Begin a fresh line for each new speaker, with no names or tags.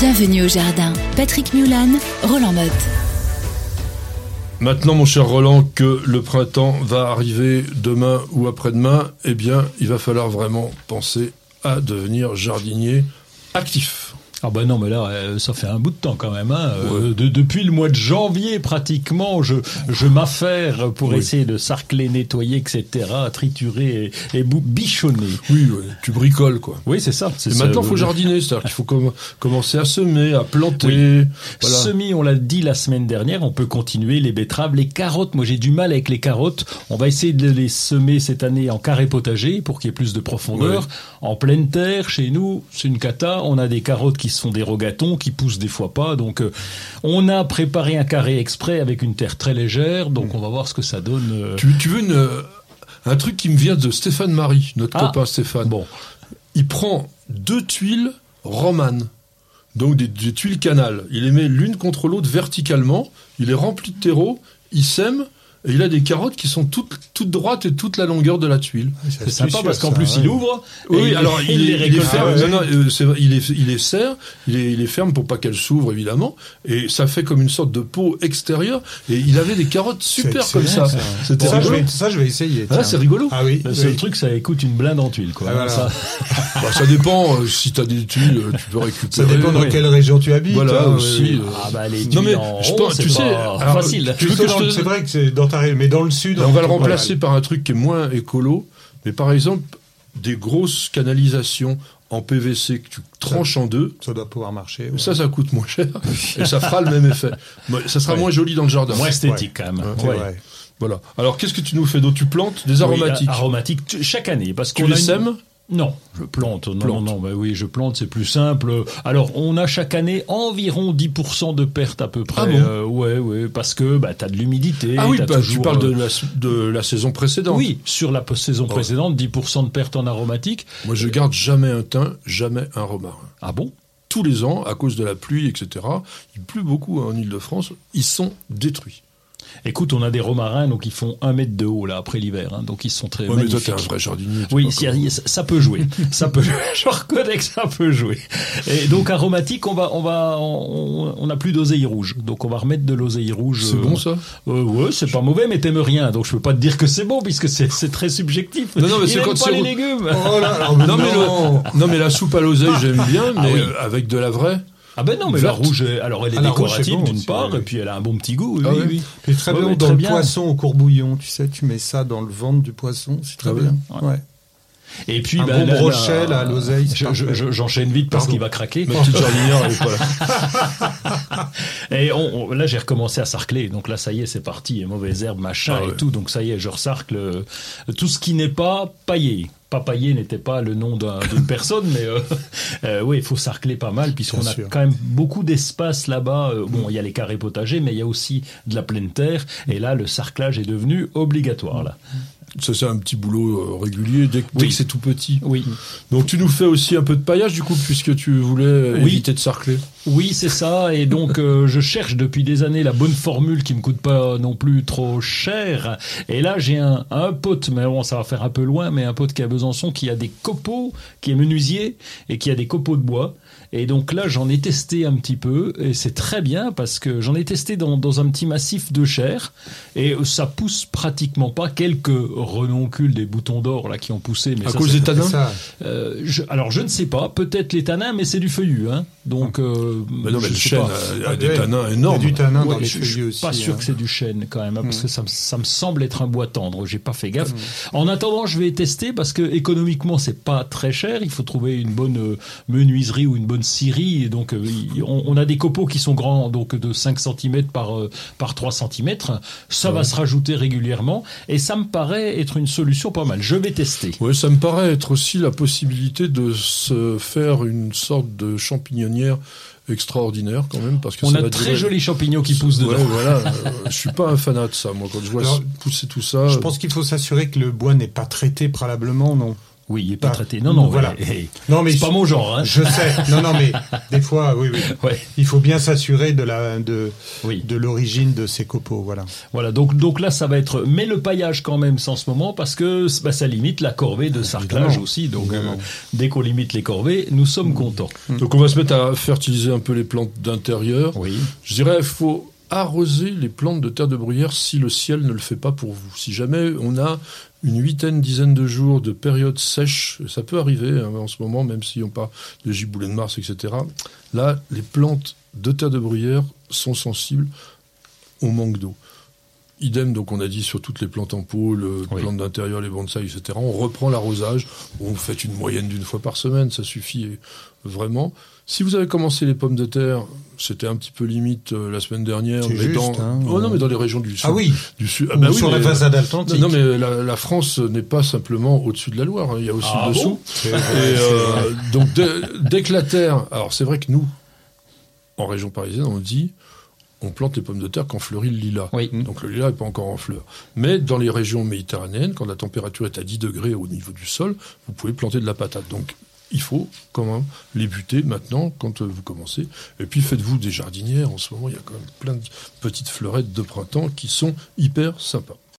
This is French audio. Bienvenue au jardin. Patrick Mulan, Roland Motte.
Maintenant, mon cher Roland, que le printemps va arriver demain ou après-demain, eh bien, il va falloir vraiment penser à devenir jardinier actif.
Ah ben non, mais là, euh, ça fait un bout de temps quand même. Hein. Euh, de- depuis le mois de janvier, pratiquement, je, je m'affaire pour
Oui.
essayer de sarcler, nettoyer, etc., triturer et, et bou- bichonner.
Oui, ouais, tu bricoles, quoi.
Oui, c'est ça. c'est
Et
ça,
maintenant, il
euh,
faut jardiner, c'est-à-dire qu'il faut com- commencer à semer, à planter. Voilà.
Semis, on l'a dit la semaine dernière, on peut continuer les betteraves, les carottes. Moi, j'ai du mal avec les carottes. On va essayer de les semer cette année en carré potager pour qu'il y ait plus de profondeur. En pleine terre, chez nous, c'est une cata. On a des carottes qui sont des rogatons, qui poussent des fois pas. Donc, euh, on a préparé un carré exprès avec une terre très légère. Donc, on va voir ce que ça donne. euh.
Hmm. Tu, tu veux une, euh, un truc qui me vient de Stéphane Marie, notre
Ah.
copain Stéphane.
Bon,
Il prend deux tuiles romanes, donc des, des tuiles canal. Il les met l'une contre l'autre verticalement, il les remplit de terreau, il sème, et il a des carottes qui sont toutes, toutes droites et toute la longueur de la tuile.
c'est sympa parce qu'en plus, il ouvre. et
Oui,
il-
alors il,
les
les, il les
récolte.
ferme.
Ah ouais.
Non, non, euh, c'est vrai, il les, il les serre, il les, il les ferme pour pas qu'elles s'ouvrent évidemment, et ça fait comme une sorte de peau extérieure. Et il avait des carottes super
C'est
comme ça.
excellent, ça.
C'était
Ça, je
rigolo.
vais, ça, je vais essayer.
Ah,
tiens.
c'est rigolo.
Ah oui.
Le seul
oui.
truc, ça écoute une blinde en tuile, quoi.
Ah, voilà.
Ça-
Bah, ça dépend. euh, si t'as des tuiles, euh, tu peux
Ça
récupérer.
dépend dans
oui.
quelle région tu habites.
Voilà,
hein,
aussi,
oui, oui.
euh,
Ah bah les
Non, mais
tuiles en
je
rond,
pense-
c'est
tu sais,
pas
alors,
facile.
tu veux que je te-
C'est vrai que c'est dans ta région, mais dans le sud.
Mais on va le
voilà.
remplacer par un truc qui est moins écolo. Mais par exemple, des grosses canalisations en PVC que tu tranches en deux.
Ça doit pouvoir marcher. ouais.
Ça, ça coûte moins cher et ça fera le même effet. Mais Ça sera
Ouais.
moins joli dans le jardin.
Moins esthétique quand même.
C'est
Ouais.
vrai.
Voilà. Alors, qu'est-ce que tu nous fais d'autre Tu plantes des
Oui,
aromatiques.
a- aromatiques, tu- chaque année parce
Tu
qu'on
les
a une-
sèmes
Non, je plante. Non,
Plante.
non, non, bah oui, je plante, c'est plus simple. Alors, on a chaque année environ 10% de perte à peu près.
Ah bon
Euh, ouais, ouais, parce que bah t'as de l'humidité.
Ah oui,
t'as
bah, tu
toujours,
parles de Oh.
euh,
la, de la saison précédente.
Oui, sur la saison précédente, 10% de perte en aromatiques.
Moi, je garde jamais un thym, jamais un romarin.
Ah bon
Tous les ans, à cause de la pluie, etc., il pleut beaucoup hein, en Ile-de-France, ils sont détruits.
Écoute, on a des romarins donc ils font un mètre de haut là après l'hiver, hein, donc ils sont très
Ouais, mais toi,
magnifiques.
t'es un vrai jardinier. t'es
Oui,
pas
si-
comme-
si- ça peut jouer. ça peut. jouer. Je reconnais que ça peut jouer. Et donc aromatique, on va, on va, on on n'a plus d'oseille rouge, donc on va remettre de l'oseille rouge.
C'est
euh,
bon, ça
euh, Ouais, c'est pas mauvais, mais t'aimes rien, donc je peux pas te dire que c'est bon puisque c'est c'est très subjectif.
Non, non, mais
Il
c'est
aime
quand
pas
c'est
les
rou-
légumes.
Oh là là, mais
non, mais
non.
le- non, mais la soupe à l'oseille, j'aime bien, mais
Ah, oui.
euh, avec de la vraie.
Ah ben non, mais
Verte.
la rouge, elle- alors elle est
Ah, la rouge, c'est
décorative
bon
d'une
aussi,
part,
oui, oui.
et puis elle a un bon petit goût. Oui,
Ah
oui,
ouais.
oui.
C'est très
Ouais,
bien
ouais,
dans
très
le
bien.
poisson au courbouillon, tu sais, tu mets ça dans le ventre du poisson, c'est très
Ah oui.
bien.
Ouais.
Ouais.
Et puis
Un
bah,
bon
là, là,
brochet, là, à l'oseille, c'est
je-
parfait.
je- je- J'enchaîne vite parce
Pardon.
qu'il va craquer.
Ma petite jardinière, elle est pas là.
Et on, on- là, j'ai recommencé à sarcler. Donc là, ça y est, c'est parti. Et mauvaises herbes, machin
Ah
et
ouais.
tout. Donc ça y est, je resarcle euh, tout ce qui n'est pas paillé. Pas paillé n'était pas le nom d'un- d'une personne, mais euh, euh, oui, il faut sarcler pas mal puisqu'on
Bien
a
sûr.
quand même beaucoup d'espace là-bas. Euh, bon, il y a les carrés potagers, mais il y a aussi de la pleine terre. Et là, le sarclage est devenu obligatoire. Là.
Ça, c'est un petit boulot euh, régulier dès que, dès
Oui.
que c'est tout petit.
Oui.
Donc, tu nous fais aussi un peu de paillage, du coup, puisque tu voulais euh,
Oui.
éviter de sarcler.
Oui, c'est ça. Et donc, euh, je cherche depuis des années la bonne formule qui me coûte pas non plus trop cher. Et là, j'ai un, un pote, mais bon, ça va faire un peu loin, mais un pote qui est à Besançon, qui a des copeaux, qui est menuisier et qui a des copeaux de bois. Et donc là, j'en ai testé un petit peu et c'est très bien parce que j'en ai testé dans, dans un petit massif de chair et ça pousse pratiquement pas. Quelques renoncules des boutons d'or là qui ont poussé, mais
à
ça,
cause
c'est-
des tanins
Ça,
euh, je- alors je ne sais pas, peut-être les tanins, mais c'est du feuillu, hein. Donc, euh,
Bah non, mais
je
le
sais
chêne
pas.
a, a des
Ouais.
tanins
il y a
énormes.
du tanin dans
Ouais,
les
je, je suis
feuillus aussi.
pas sûr
hein.
que c'est du chêne quand même, hein, parce que ça, me- ça me semble être un bois tendre. J'ai pas fait gaffe.
Mm.
En attendant, je vais tester parce que économiquement c'est pas très cher. Il faut trouver une bonne euh, menuiserie ou une bonne scierie. Et donc euh, il- on, on a des copeaux qui sont grands, donc de 5 cm par euh, par 3 cm. Ça va se rajouter régulièrement et ça me paraît être une solution pas mal. Je vais tester.
Oui, ça me paraît être aussi la possibilité de se faire une sorte de champignonnière extraordinaire quand même parce que
On
ça
a
va
très
durer-
jolis champignons qui poussent dedans.
Ouais, voilà, euh, je suis pas un fanat de ça moi quand je vois
Alors,
pousser tout ça.
Je pense qu'il faut s'assurer que le bois n'est pas traité préalablement, non
Oui, il est pas
Ah,
traité. Non, non,
voilà.
ouais.
Non, mais
c'est pas mon genre. Hein.
Je sais. Non, non, mais des fois, oui, oui.
Ouais,
Il faut bien s'assurer de la de
oui.
de l'origine de ces copeaux, voilà.
Voilà, donc, donc là, ça va être. Mais le paillage quand même, sans ce moment, parce que bah, ça limite la corvée de sarclage
Évidemment.
aussi. Donc,
Évidemment. Mm.
euh, dès qu'on limite les corvées, nous sommes contents.
Donc on va se mettre à fertiliser un peu les plantes d'intérieur.
Oui.
Je dirais, il faut arroser les plantes de terre de bruyère si le ciel ne le fait pas pour vous. Si jamais on a une huitaine, dizaine de jours de période sèche, ça peut arriver hein, en ce moment, même si on parle de giboulée de mars, etc. Là, les plantes de terre de bruyère sont sensibles au manque d'eau. Idem, donc on a dit sur toutes les plantes en pot, le
Oui.
plantes d'intérieur, les bonsaïs, etc. On reprend l'arrosage, on fait une moyenne d'une fois par semaine, ça suffit et vraiment. Si vous avez commencé les pommes de terre, c'était un petit peu limite euh, la semaine dernière,
C'est
mais
juste,
dans,
hein,
oh, non,
euh.
mais dans les régions du sud.
Ah oui,
du sud. Ah
ou
bah oui,
sur la
mais-
façade
non,
atlantique.
non, mais la, la France n'est pas simplement au-dessus de la Loire, hein, il y a aussi
Ah
le dessous.
bon
C'est-
Et, euh, donc dès, dès que la terre, alors c'est vrai que nous, en région parisienne, on dit on plante les pommes de terre quand fleurit le lilas.
Oui.
Donc le lilas n'est pas encore en fleur. Mais dans les régions méditerranéennes, quand la température est à 10 degrés au niveau du sol, vous pouvez planter de la patate. Donc il faut quand même les buter maintenant quand euh, vous commencez. Et puis faites-vous des jardinières. En ce moment, il y a quand même plein de petites fleurettes de printemps qui sont hyper sympas.